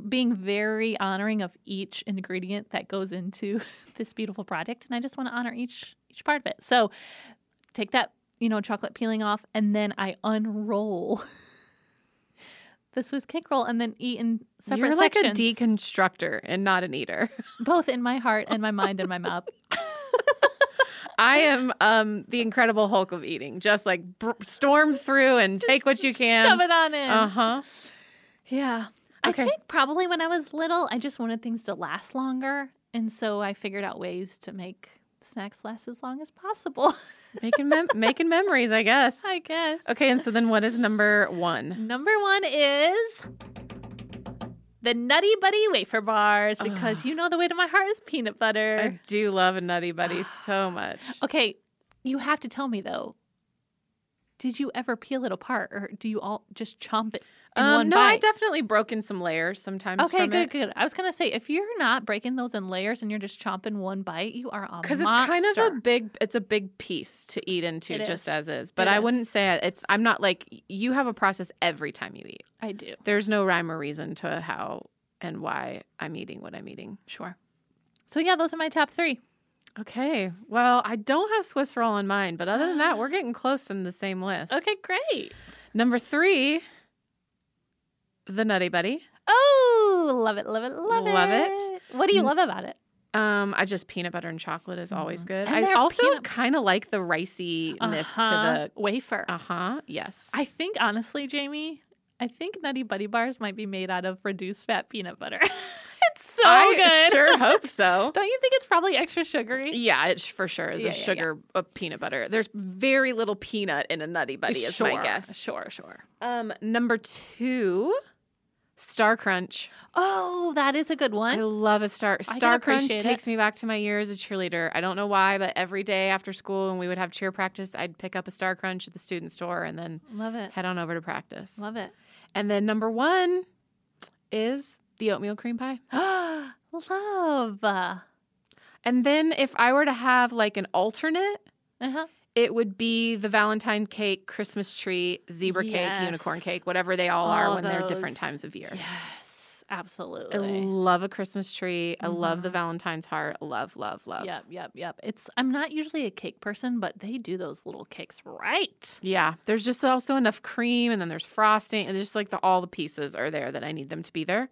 [SPEAKER 1] being very honoring of each ingredient that goes into this beautiful product, and I just want to honor each each part of it. So, take that you know chocolate peeling off, and then I unroll the Swiss cake roll, and then eat in separate
[SPEAKER 2] You're like
[SPEAKER 1] sections.
[SPEAKER 2] a deconstructor and not an eater.
[SPEAKER 1] both in my heart and my mind and my mouth.
[SPEAKER 2] I am um the incredible Hulk of eating. Just like br- storm through and take what you
[SPEAKER 1] Shove
[SPEAKER 2] can.
[SPEAKER 1] it on in.
[SPEAKER 2] Uh huh.
[SPEAKER 1] Yeah.
[SPEAKER 2] Okay.
[SPEAKER 1] I think probably when I was little, I just wanted things to last longer. And so I figured out ways to make snacks last as long as possible,
[SPEAKER 2] Making mem- making memories, I guess.
[SPEAKER 1] I guess.
[SPEAKER 2] Okay, and so then what is number one?
[SPEAKER 1] Number one is the Nutty Buddy wafer bars because you know the way to my heart is peanut
[SPEAKER 2] I
[SPEAKER 1] butter.
[SPEAKER 2] do love a Nutty Buddy so much.
[SPEAKER 1] okay. You have to tell me though. Did you ever peel it apart or do you all just chomp it in one
[SPEAKER 2] Um, no,
[SPEAKER 1] bite?
[SPEAKER 2] I definitely broken some layers sometimes.
[SPEAKER 1] Okay,
[SPEAKER 2] from
[SPEAKER 1] good,
[SPEAKER 2] it.
[SPEAKER 1] good. I was gonna say if you're not breaking those in layers and you're just chomping one bite, you are a
[SPEAKER 2] Because it's kind of a
[SPEAKER 1] monster.
[SPEAKER 2] big, it's a big piece to eat into
[SPEAKER 1] It
[SPEAKER 2] just
[SPEAKER 1] is.
[SPEAKER 2] as is. But
[SPEAKER 1] It
[SPEAKER 2] I
[SPEAKER 1] is.
[SPEAKER 2] wouldn't say I- it's. I'm not like you have a process every time you eat.
[SPEAKER 1] I do.
[SPEAKER 2] There's no rhyme or reason to how and why I'm eating what I'm eating.
[SPEAKER 1] Sure. So yeah, those are my top three.
[SPEAKER 2] Okay. Well, I don't have Swiss roll in mind, but other than that, we're getting close in the same list.
[SPEAKER 1] great.
[SPEAKER 2] Number three, the Nutty Buddy.
[SPEAKER 1] Oh, love it, love it, love it.
[SPEAKER 2] Love it.
[SPEAKER 1] What do you
[SPEAKER 2] Mm.
[SPEAKER 1] love about it?
[SPEAKER 2] Um, I just peanut butter and chocolate is always
[SPEAKER 1] Mhm.
[SPEAKER 2] good.
[SPEAKER 1] And
[SPEAKER 2] I
[SPEAKER 1] their
[SPEAKER 2] also
[SPEAKER 1] peanut-
[SPEAKER 2] kind of like the riciness to
[SPEAKER 1] Uh-huh. wafer.
[SPEAKER 2] the. Uh huh. Yes.
[SPEAKER 1] um, I think honestly, Jamie, I think Nutty Buddy bars might be made out of reduced fat peanut butter. it's so
[SPEAKER 2] I
[SPEAKER 1] good.
[SPEAKER 2] sure hope so.
[SPEAKER 1] Don't you think it's probably extra sugary?
[SPEAKER 2] Yeah, it sh- for sure is
[SPEAKER 1] Yeah,
[SPEAKER 2] a
[SPEAKER 1] yeah, yeah.
[SPEAKER 2] sugar of peanut butter. There's very little peanut in a Nutty Buddy, is
[SPEAKER 1] sure,
[SPEAKER 2] my guess.
[SPEAKER 1] Sure, sure.
[SPEAKER 2] Um, number two, Star Crunch.
[SPEAKER 1] Oh, that is a good
[SPEAKER 2] I
[SPEAKER 1] one.
[SPEAKER 2] love a star.
[SPEAKER 1] can
[SPEAKER 2] Star Crunch
[SPEAKER 1] appreciate it.
[SPEAKER 2] takes me back to my year as a cheerleader. I don't know why, but every day after school when we would have cheer practice, I'd pick up a Star Crunch at the student store and then
[SPEAKER 1] Love it.
[SPEAKER 2] head on over to practice.
[SPEAKER 1] Love it.
[SPEAKER 2] And then number one is the oatmeal cream pie.
[SPEAKER 1] love. Uh
[SPEAKER 2] And then if I were to have like an alternate,
[SPEAKER 1] huh.
[SPEAKER 2] it would be the Valentine cake, Christmas tree, zebra cake, unicorn
[SPEAKER 1] Yes.
[SPEAKER 2] cake, whatever they all, are
[SPEAKER 1] All
[SPEAKER 2] when they're different
[SPEAKER 1] those.
[SPEAKER 2] times of year.
[SPEAKER 1] Yes,
[SPEAKER 2] I
[SPEAKER 1] absolutely.
[SPEAKER 2] love a Christmas tree. I love the
[SPEAKER 1] Mhm.
[SPEAKER 2] Valentine's heart. Love, love, love.
[SPEAKER 1] Yep, yep, yep. It's I'm not usually a cake person, but they do those little cakes right.
[SPEAKER 2] Yeah, there's just also enough
[SPEAKER 1] Mm-hmm.
[SPEAKER 2] cream, and then there's frosting, and just like the all the pieces are there that I need them to be there.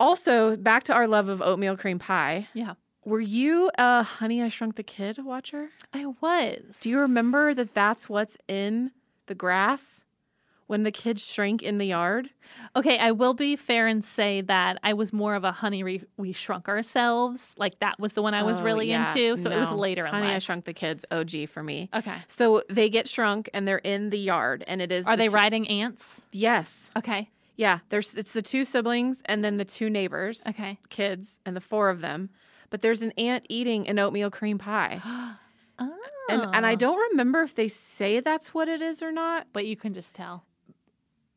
[SPEAKER 2] Also, back to our love of oatmeal cream pie.
[SPEAKER 1] Yeah.
[SPEAKER 2] Were you a Honey I Shrunk the Kid watcher?
[SPEAKER 1] I was.
[SPEAKER 2] Do you remember that that's what's in the grass when the kids shrink in the yard?
[SPEAKER 1] Okay, I will be fair and say that I was more of a honey re- we shrunk ourselves. Like that was the one I was
[SPEAKER 2] Oh,
[SPEAKER 1] really
[SPEAKER 2] yeah.
[SPEAKER 1] into. So it was
[SPEAKER 2] No.
[SPEAKER 1] later in
[SPEAKER 2] Honey I
[SPEAKER 1] life.
[SPEAKER 2] Shrunk the Kids, OG for me.
[SPEAKER 1] okay.
[SPEAKER 2] So they get shrunk and they're in the yard and it is
[SPEAKER 1] Are
[SPEAKER 2] the
[SPEAKER 1] they
[SPEAKER 2] two-
[SPEAKER 1] riding ants?
[SPEAKER 2] Yes.
[SPEAKER 1] Okay.
[SPEAKER 2] Yeah, there's it's the two siblings and then the two neighbors,
[SPEAKER 1] Okay.
[SPEAKER 2] kids and the four of them. But there's an aunt eating an oatmeal cream pie.
[SPEAKER 1] oh.
[SPEAKER 2] And and I don't remember if they say that's what it is or not,
[SPEAKER 1] Ah. But you can just tell.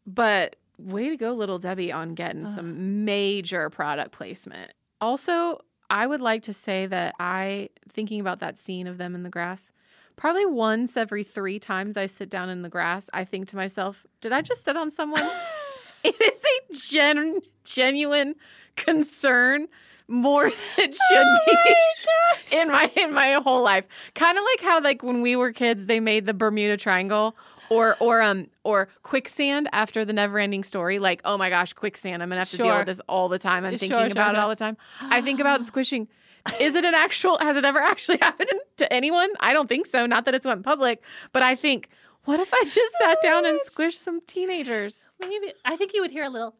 [SPEAKER 2] but way to go little Debbie on getting
[SPEAKER 1] Ugh.
[SPEAKER 2] some major product placement. Also, I would like to say that I thinking about that scene of them in the grass, probably once every 3 times I sit down in the grass, I think to myself, did I just sit on someone? It is a gen- genuine concern more than it should be in my in my whole life. Kind of like how like when we were kids, they made the Bermuda Triangle or or um or quicksand after the never ending story. Like, oh my gosh, quicksand! I'm gonna have to deal
[SPEAKER 1] Sure.
[SPEAKER 2] with this all the time. I'm
[SPEAKER 1] Sure,
[SPEAKER 2] thinking
[SPEAKER 1] sure,
[SPEAKER 2] about it
[SPEAKER 1] sure.
[SPEAKER 2] all the time. I think about squishing. Is it an actual? Has it ever actually happened to anyone? I don't think so. Not that it's went public, but I think. What if I just sat down and squished some teenagers?
[SPEAKER 1] Maybe I think you would hear a little.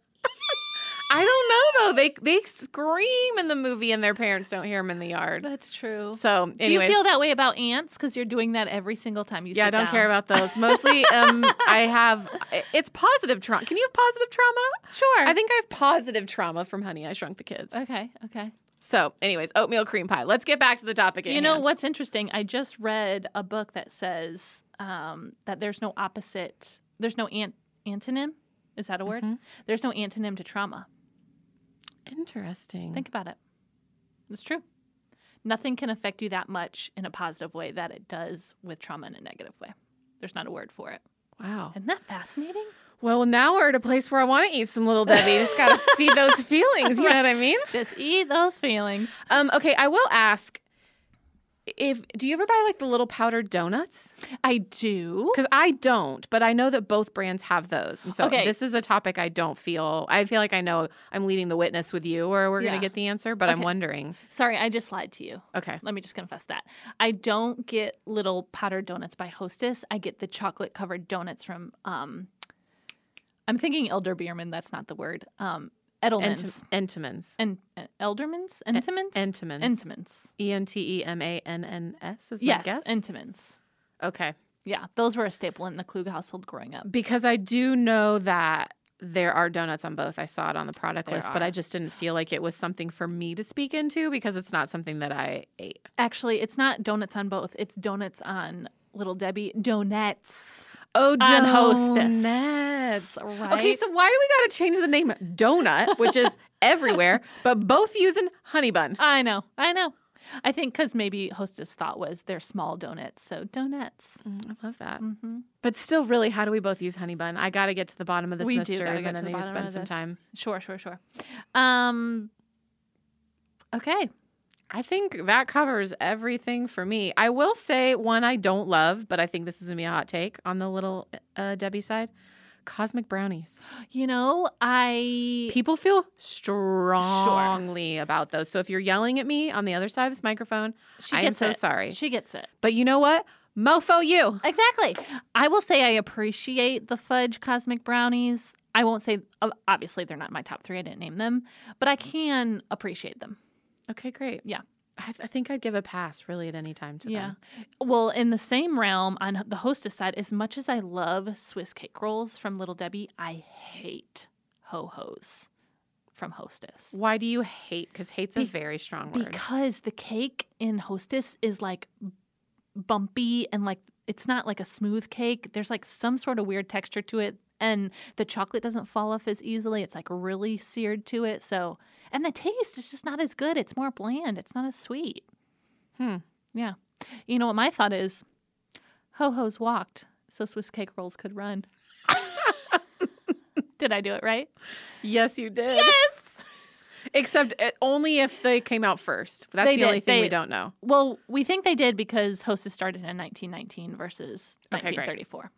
[SPEAKER 2] I don't know though. They they scream in the movie and their parents don't hear them in the yard.
[SPEAKER 1] That's true.
[SPEAKER 2] So
[SPEAKER 1] Do you
[SPEAKER 2] anyways,
[SPEAKER 1] feel that way about ants? Because you're doing that every single time you.
[SPEAKER 2] yeah, I
[SPEAKER 1] sit
[SPEAKER 2] don't
[SPEAKER 1] down.
[SPEAKER 2] care about those. Mostly, um, I have it's positive trauma. Can you have positive trauma?
[SPEAKER 1] Sure.
[SPEAKER 2] I think I have positive trauma from Honey I Shrunk the Kids.
[SPEAKER 1] Okay. Okay.
[SPEAKER 2] So, anyways, oatmeal cream pie. Let's get back to the topic. at
[SPEAKER 1] You know
[SPEAKER 2] hand.
[SPEAKER 1] what's interesting? I just read a book that says um, that there's no opposite. There's no ant- antonym. Is that a word?
[SPEAKER 2] Mhm.
[SPEAKER 1] There's no antonym to trauma.
[SPEAKER 2] Interesting.
[SPEAKER 1] Think about it. It's true. Nothing can affect you that much in a positive way that it does with trauma in a negative way. There's not a word for it.
[SPEAKER 2] wow.
[SPEAKER 1] Isn't that fascinating?
[SPEAKER 2] Well, now we're at a place where I want to eat some little Debbie. Just gotta feed those feelings. You know what I mean?
[SPEAKER 1] Just eat those feelings.
[SPEAKER 2] Um, okay, I will ask. If do you ever buy like the little powdered donuts?
[SPEAKER 1] I do.
[SPEAKER 2] Because I don't, but I know that both brands have those. And so
[SPEAKER 1] Okay.
[SPEAKER 2] this is a topic I don't feel, I feel like I know I'm leading the witness with you or we're going
[SPEAKER 1] Yeah.
[SPEAKER 2] to get the answer, but I'm
[SPEAKER 1] Okay.
[SPEAKER 2] wondering.
[SPEAKER 1] Sorry, I just lied to you.
[SPEAKER 2] Okay.
[SPEAKER 1] Let me just confess that. I don't get little powdered donuts by Hostess. I get the chocolate covered donuts from um I'm thinking Elderbeerman, that's not the word. Um Edelman's
[SPEAKER 2] Entim- Entimans.
[SPEAKER 1] and uh, Elderman's Entimans?
[SPEAKER 2] Entimans.
[SPEAKER 1] Entimans.
[SPEAKER 2] E N T E M A N N S is my
[SPEAKER 1] Yes,
[SPEAKER 2] guess.
[SPEAKER 1] Entimans.
[SPEAKER 2] okay.
[SPEAKER 1] Yeah, those were a staple in the Klug household growing up.
[SPEAKER 2] Because I do know that there are donuts on both. I saw it on the product
[SPEAKER 1] There
[SPEAKER 2] list, but I
[SPEAKER 1] are.
[SPEAKER 2] just didn't feel like it was something for me to speak into because it's not something that I ate.
[SPEAKER 1] Actually, it's not donuts on both. It's donuts on Little Debbie donuts.
[SPEAKER 2] Oh,
[SPEAKER 1] On Hostess.
[SPEAKER 2] donuts.
[SPEAKER 1] Right?
[SPEAKER 2] Okay, so why do we got to change the name donut, which is everywhere, but both using honey bun?
[SPEAKER 1] I know. I know. I think because maybe Hostess thought was they're small donuts, so donuts.
[SPEAKER 2] Mm, I love that.
[SPEAKER 1] Mm-hmm.
[SPEAKER 2] But still, really, how do we both use honey bun? I got to get to the bottom of this
[SPEAKER 1] we
[SPEAKER 2] mystery.
[SPEAKER 1] do gotta
[SPEAKER 2] but
[SPEAKER 1] get
[SPEAKER 2] I
[SPEAKER 1] to the
[SPEAKER 2] need
[SPEAKER 1] bottom
[SPEAKER 2] spend
[SPEAKER 1] of
[SPEAKER 2] some
[SPEAKER 1] this.
[SPEAKER 2] time.
[SPEAKER 1] Sure, sure, sure. Um. Okay.
[SPEAKER 2] I think that covers everything for me. I will say one I don't love, but I think this is gonna be a hot take on the little uh, Debbie side: cosmic brownies.
[SPEAKER 1] You know, I
[SPEAKER 2] People feel strongly about those. So if you're yelling at me on the other side of this microphone,
[SPEAKER 1] she
[SPEAKER 2] I
[SPEAKER 1] gets
[SPEAKER 2] am so
[SPEAKER 1] it.
[SPEAKER 2] sorry.
[SPEAKER 1] She gets it.
[SPEAKER 2] but you know what? Mofo, you.
[SPEAKER 1] Exactly. I will say I appreciate the fudge cosmic brownies. I won't say ob- obviously they're not my top 3. I didn't name them, but I can appreciate them.
[SPEAKER 2] Okay, great.
[SPEAKER 1] Yeah.
[SPEAKER 2] I, th- I think I'd give a pass really at any time to
[SPEAKER 1] yeah.
[SPEAKER 2] them.
[SPEAKER 1] Well, in the same realm, on the hostess side, as much as I love Swiss cake rolls from Little Debbie, I hate ho hos from Hostess.
[SPEAKER 2] Why do you hate? Because hate's a
[SPEAKER 1] Be-
[SPEAKER 2] very strong word.
[SPEAKER 1] Because the cake in Hostess is like bumpy and like it's not like a smooth cake. There's like some sort of weird texture to it. And the chocolate doesn't fall off as easily. It's like really seared to it. So, and the taste is just not as good. It's more bland. It's not as sweet.
[SPEAKER 2] Hmm.
[SPEAKER 1] Yeah. You know what my thought is? Ho ho's walked, so Swiss cake rolls could run. Did I do it right?
[SPEAKER 2] yes, you did. Yes. Except it, only if they came out first. That's
[SPEAKER 1] They
[SPEAKER 2] the
[SPEAKER 1] did.
[SPEAKER 2] only thing we
[SPEAKER 1] They-
[SPEAKER 2] don't know.
[SPEAKER 1] Well, we think they did because Hostess started in 1919 versus
[SPEAKER 2] Okay, great.
[SPEAKER 1] 1934.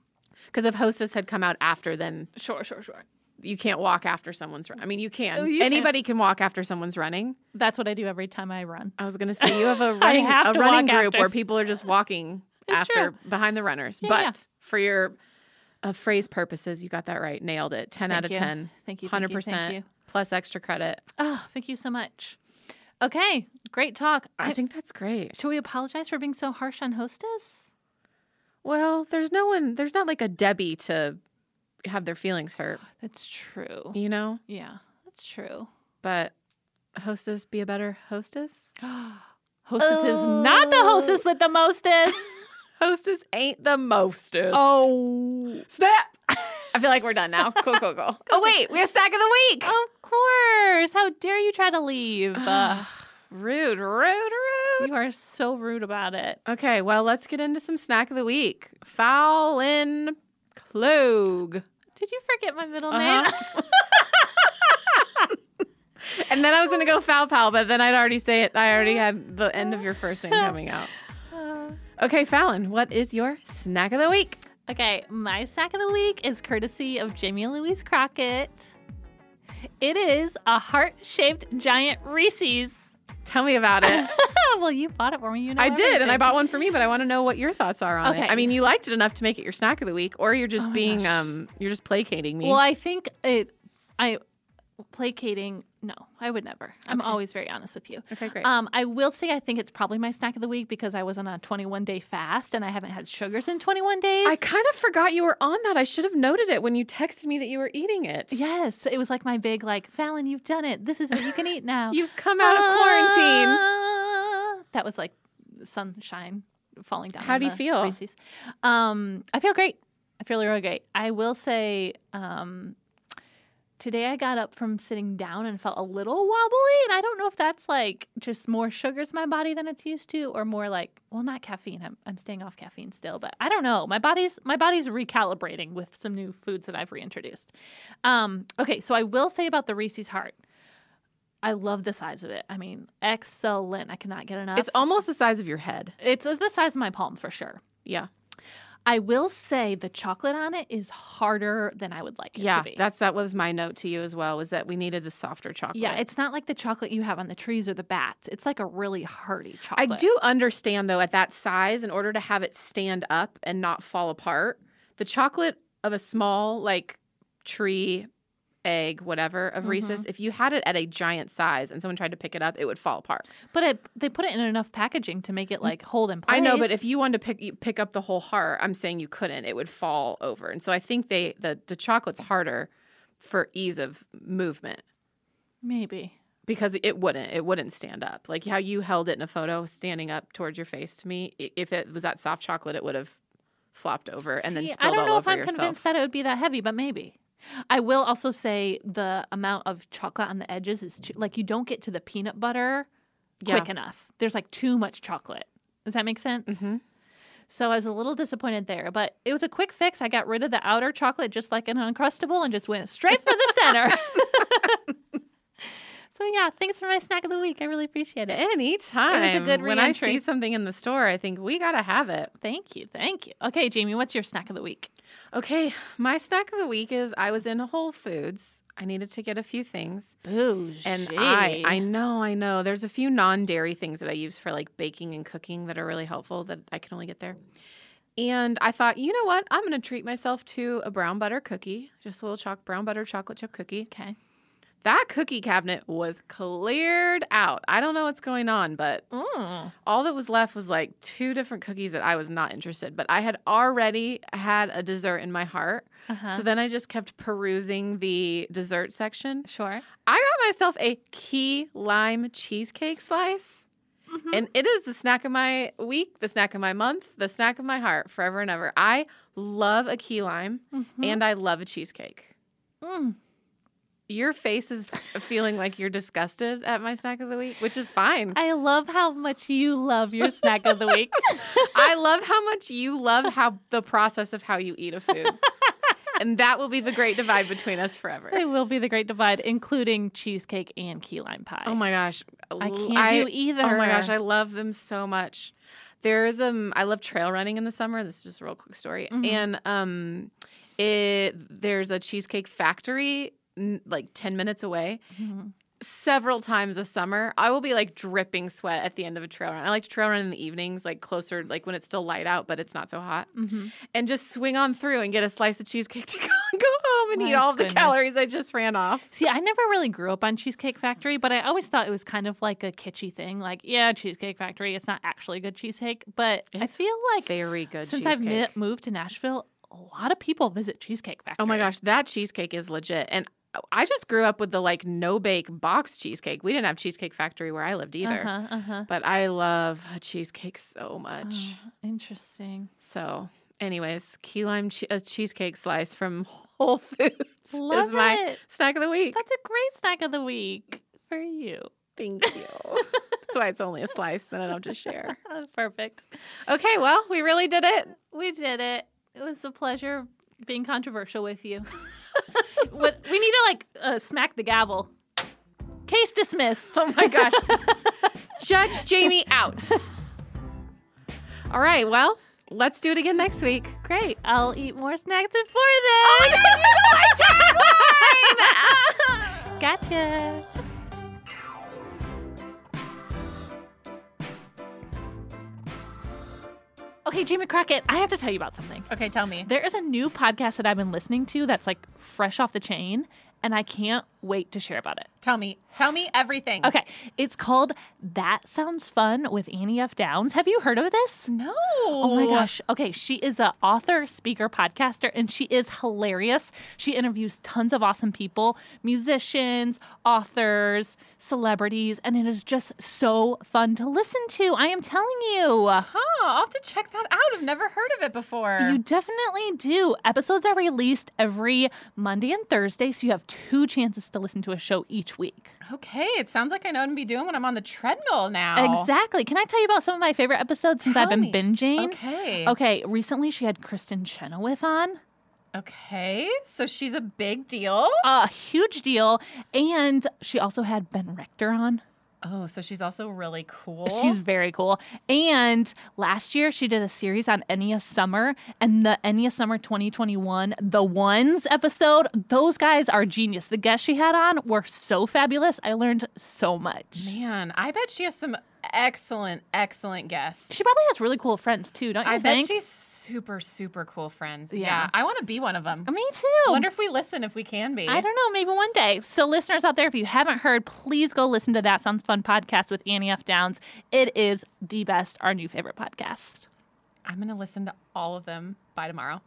[SPEAKER 2] Because if Hostess had come out after, then
[SPEAKER 1] Sure, sure, sure.
[SPEAKER 2] you can't walk after someone's run. I mean, you can.
[SPEAKER 1] Oh, you can.
[SPEAKER 2] Anybody can. walk after someone's running.
[SPEAKER 1] That's what I do every time I run.
[SPEAKER 2] I was going to say you have a
[SPEAKER 1] I
[SPEAKER 2] running
[SPEAKER 1] have
[SPEAKER 2] a
[SPEAKER 1] to
[SPEAKER 2] running
[SPEAKER 1] walk
[SPEAKER 2] group
[SPEAKER 1] after.
[SPEAKER 2] where people are just walking
[SPEAKER 1] It's
[SPEAKER 2] after behind the runners.
[SPEAKER 1] Yeah,
[SPEAKER 2] but
[SPEAKER 1] yeah.
[SPEAKER 2] for your uh, phrase purposes, you got that right. Nailed it. 10 out
[SPEAKER 1] Thank
[SPEAKER 2] of
[SPEAKER 1] you.
[SPEAKER 2] 10.
[SPEAKER 1] Thank you.
[SPEAKER 2] 100%
[SPEAKER 1] Thank you. Thank you.
[SPEAKER 2] plus extra credit.
[SPEAKER 1] Oh, thank you so much. Okay, great talk.
[SPEAKER 2] I,
[SPEAKER 1] I,
[SPEAKER 2] think that's great.
[SPEAKER 1] should we apologize for being so harsh on hostess?
[SPEAKER 2] Well, there's no one there's not like a Debbie to have their feelings hurt,
[SPEAKER 1] That's true.
[SPEAKER 2] you know?
[SPEAKER 1] Yeah, that's true.
[SPEAKER 2] But hostess be a better hostess?
[SPEAKER 1] hostess is not the hostess with the mostest.
[SPEAKER 2] Hostess ain't the mostest.
[SPEAKER 1] oh.
[SPEAKER 2] snap. I feel like we're done now. Cool, cool, cool. oh wait, we have snack of the week.
[SPEAKER 1] Of course. How dare you try to leave? Uh,
[SPEAKER 2] rude, rude, rude.
[SPEAKER 1] you are so rude about it.
[SPEAKER 2] Okay, well, let's get into some snack of the week. Fallin Klug.
[SPEAKER 1] Did you forget my middle name?
[SPEAKER 2] Uh-huh. and then I was gonna go foul pal, but then I'd already say it. I already had the end of your first name coming out.
[SPEAKER 1] Uh,
[SPEAKER 2] Okay, Fallon, what is your snack of the week?
[SPEAKER 1] Okay, my snack of the week is courtesy of Jamie Louise Crockett. It is a heart-shaped giant Reese's.
[SPEAKER 2] Tell me about it.
[SPEAKER 1] well, you bought it for me. You know
[SPEAKER 2] I did, and I
[SPEAKER 1] everything.
[SPEAKER 2] bought one for me, but I want to know what your thoughts are on it.
[SPEAKER 1] Okay.
[SPEAKER 2] I mean, you liked it enough to make it your snack of the week, or you're just
[SPEAKER 1] Oh my
[SPEAKER 2] being
[SPEAKER 1] gosh.
[SPEAKER 2] um you're just placating me.
[SPEAKER 1] Well, I think it. I placating. No, I would never. I'm
[SPEAKER 2] Okay.
[SPEAKER 1] always very honest with you.
[SPEAKER 2] okay, great.
[SPEAKER 1] Um, I will say I think it's probably my snack of the week because I was on a 21 day fast and I haven't had sugars in 21 days.
[SPEAKER 2] I kind of forgot you were on that. I should have noted it when you texted me that you were eating it.
[SPEAKER 1] yes, it was like my big like Fallon, you've done it. This is what you can eat now.
[SPEAKER 2] You've come out of quarantine.
[SPEAKER 1] Ah, That was like sunshine falling down.
[SPEAKER 2] How
[SPEAKER 1] on
[SPEAKER 2] do you
[SPEAKER 1] the
[SPEAKER 2] feel?
[SPEAKER 1] Reese's. Um, I feel great. I feel really great. I will say um, today I got up from sitting down and felt a little wobbly, and I don't know if that's like just more sugars in my body than it's used to, or more like well, not caffeine. I'm I'm staying off caffeine still, but I don't know. My body's my body's recalibrating with some new foods that I've reintroduced. Um, okay, so I will say about the Reese's heart. I love the size of it. I mean, excellent. I cannot get enough.
[SPEAKER 2] It's almost the size of your head.
[SPEAKER 1] It's the size of my palm for sure.
[SPEAKER 2] Yeah.
[SPEAKER 1] I will say the chocolate on it is harder than I would like it
[SPEAKER 2] Yeah.
[SPEAKER 1] to be.
[SPEAKER 2] That's that was my note to you as well, was that we needed a softer chocolate.
[SPEAKER 1] yeah, it's not like the chocolate you have on the trees or the bats. It's like a really hearty
[SPEAKER 2] I
[SPEAKER 1] chocolate.
[SPEAKER 2] do understand though, at that size, in order to have it stand up and not fall apart, the chocolate of a small like tree, egg, whatever of
[SPEAKER 1] Mhm.
[SPEAKER 2] Reese's, if you had it at a giant size and someone tried to pick it up, it would fall apart.
[SPEAKER 1] but it, they put it in enough packaging to make it like hold in place.
[SPEAKER 2] Mm. I know, but if you wanted to pick you pick up the whole heart, I'm saying you couldn't. It would fall over. And so I think they the the chocolate's harder for ease of movement
[SPEAKER 1] maybe
[SPEAKER 2] because it wouldn't it wouldn't stand up. Like how you held it in a photo standing up towards your face to me, i- if it was that soft chocolate, it would have flopped over and then
[SPEAKER 1] See,
[SPEAKER 2] spilled
[SPEAKER 1] I don't
[SPEAKER 2] all
[SPEAKER 1] know if
[SPEAKER 2] over
[SPEAKER 1] I'm
[SPEAKER 2] yourself.
[SPEAKER 1] convinced that it would be that heavy, but maybe. I will also say the amount of chocolate on the edges is too like you don't get to the peanut butter
[SPEAKER 2] Yeah.
[SPEAKER 1] quick enough. There's like too much chocolate. Does that make sense?
[SPEAKER 2] Mhm.
[SPEAKER 1] So I was a little disappointed there, but it was a quick fix. I got rid of the outer chocolate just like an uncrustable and just went straight for the center. so yeah, thanks for my snack of the week. I really appreciate it.
[SPEAKER 2] Anytime
[SPEAKER 1] good
[SPEAKER 2] when I
[SPEAKER 1] re-entry.
[SPEAKER 2] see something in the store, I think we gotta have it.
[SPEAKER 1] Thank you. Thank you. Okay, Jamie, what's your snack of the week?
[SPEAKER 2] Okay, my snack of the week is I was in Whole Foods. I needed to get a few things.
[SPEAKER 1] Bougie.
[SPEAKER 2] And I, I know, I know. There's a few non-dairy things that I use for like baking and cooking that are really helpful that I can only get there. And I thought, you know what? I'm going to treat myself to a brown butter cookie, just a little choc brown butter chocolate chip cookie.
[SPEAKER 1] Okay.
[SPEAKER 2] That cookie cabinet was cleared out. I don't know what's going on, but
[SPEAKER 1] Mm.
[SPEAKER 2] all that was left was like two different cookies that I was not interested. But I had already had a dessert in my heart,
[SPEAKER 1] Uh-huh.
[SPEAKER 2] so then I just kept perusing the dessert section.
[SPEAKER 1] sure.
[SPEAKER 2] I got myself a key lime cheesecake slice,
[SPEAKER 1] Mhm.
[SPEAKER 2] and it is the snack of my week, the snack of my month, the snack of my heart forever and ever. I love a key lime
[SPEAKER 1] Mhm.
[SPEAKER 2] and I love a cheesecake.
[SPEAKER 1] Mm.
[SPEAKER 2] Your face is feeling like you're disgusted at my snack of the week, which is fine.
[SPEAKER 1] I love how much you love your snack of the week.
[SPEAKER 2] I love how much you love how the process of how you eat a food. and that will be the great divide between us forever.
[SPEAKER 1] it will be the great divide, including cheesecake and key lime pie.
[SPEAKER 2] Oh my gosh.
[SPEAKER 1] I can't do either.
[SPEAKER 2] Oh my gosh, I love them so much.
[SPEAKER 1] Mm-hmm.
[SPEAKER 2] There is um I love trail running in the summer. This is just a real quick story.
[SPEAKER 1] Mhm.
[SPEAKER 2] And um It, there's a cheesecake factory n- like 10 minutes away.
[SPEAKER 1] Mhm.
[SPEAKER 2] Several times a summer, I will be like dripping sweat at the end of a trail run. I like to trail run in the evenings, like closer, like when it's still light out, but it's not so hot.
[SPEAKER 1] Mhm.
[SPEAKER 2] And just swing on through and get a slice of cheesecake to go, go home and
[SPEAKER 1] My
[SPEAKER 2] eat all of the
[SPEAKER 1] goodness.
[SPEAKER 2] calories I just ran off.
[SPEAKER 1] See, I never really grew up on Cheesecake Factory, but I always thought it was kind of like a kitschy thing. Like, yeah, Cheesecake Factory, it's not actually good cheesecake, but I
[SPEAKER 2] It's
[SPEAKER 1] feel like
[SPEAKER 2] Very good
[SPEAKER 1] since I've
[SPEAKER 2] cheesecake.
[SPEAKER 1] mi- moved to Nashville, a lot of people visit Cheesecake Factory.
[SPEAKER 2] Oh my gosh, that cheesecake is legit. And I just grew up with the like no bake box cheesecake. We didn't have Cheesecake Factory where I lived either.
[SPEAKER 1] Uh-huh, uh-huh.
[SPEAKER 2] But I love a cheesecake so much.
[SPEAKER 1] Oh, interesting.
[SPEAKER 2] So, anyways, key lime che- a cheesecake slice from Whole Foods
[SPEAKER 1] Love
[SPEAKER 2] is my
[SPEAKER 1] it.
[SPEAKER 2] snack of the week.
[SPEAKER 1] That's a great snack of the week for you.
[SPEAKER 2] Thank you. That's why it's only a slice, then I don't have to share.
[SPEAKER 1] Perfect.
[SPEAKER 2] Okay, well, we really did it.
[SPEAKER 1] We did it. It was a pleasure being controversial with you. what we need to like uh, smack the gavel. Case dismissed.
[SPEAKER 2] Oh my gosh. Judge Jamie out. All right, well, let's do it again next week.
[SPEAKER 1] Great. I'll eat more snacks before then. Oh gotcha. Okay, Jamie Crockett, I have to tell you about something.
[SPEAKER 2] okay, tell me.
[SPEAKER 1] There is a new podcast that I've been listening to that's like fresh off the chain, and I can't wait to share about it.
[SPEAKER 2] Tell me. Tell me everything.
[SPEAKER 1] Okay, it's called That Sounds Fun with Annie F. Downs. Have you heard of this?
[SPEAKER 2] No.
[SPEAKER 1] Oh
[SPEAKER 2] uh,
[SPEAKER 1] my gosh. Okay, she is a author, speaker, podcaster, and she is hilarious. She interviews tons of awesome people, musicians, authors, celebrities, and it is just so fun to listen to. I am telling you.
[SPEAKER 2] Huh. I'll have to check that out. I've never heard of it before.
[SPEAKER 1] You definitely do. Episodes are released every Monday and Thursday, so you have two chances to listen to a show each week.
[SPEAKER 2] okay. It sounds like I know what I'm be doing when I'm on the treadmill now.
[SPEAKER 1] Exactly. Can I tell you about some of my favorite episodes since I've
[SPEAKER 2] Tell
[SPEAKER 1] been
[SPEAKER 2] me.
[SPEAKER 1] binging?
[SPEAKER 2] Okay.
[SPEAKER 1] Okay, recently she had Kristen Chenoweth on.
[SPEAKER 2] Okay. So she's a big deal.
[SPEAKER 1] A huge deal. And she also had Ben Rector on.
[SPEAKER 2] Oh, so she's also really cool.
[SPEAKER 1] She's very cool. And last year she did a series on Enya Summer and the Enya Summer 2021 The Ones episode. Those guys are genius. The guests she had on were so fabulous. I learned so much.
[SPEAKER 2] man. I bet she has some excellent, excellent guests.
[SPEAKER 1] She probably has really cool friends too, don't you
[SPEAKER 2] I bet
[SPEAKER 1] think?
[SPEAKER 2] she's super, super cool friends.
[SPEAKER 1] Yeah.
[SPEAKER 2] Yeah. I want to be one of them.
[SPEAKER 1] Me too.
[SPEAKER 2] Wonder if we listen if we can be.
[SPEAKER 1] I don't know, maybe one day. So, listeners out there, if you haven't heard, please go listen to That Sounds Fun podcast with Annie F. Downs. It is the best, our new favorite podcast.
[SPEAKER 2] I'm going to listen to all of them by tomorrow.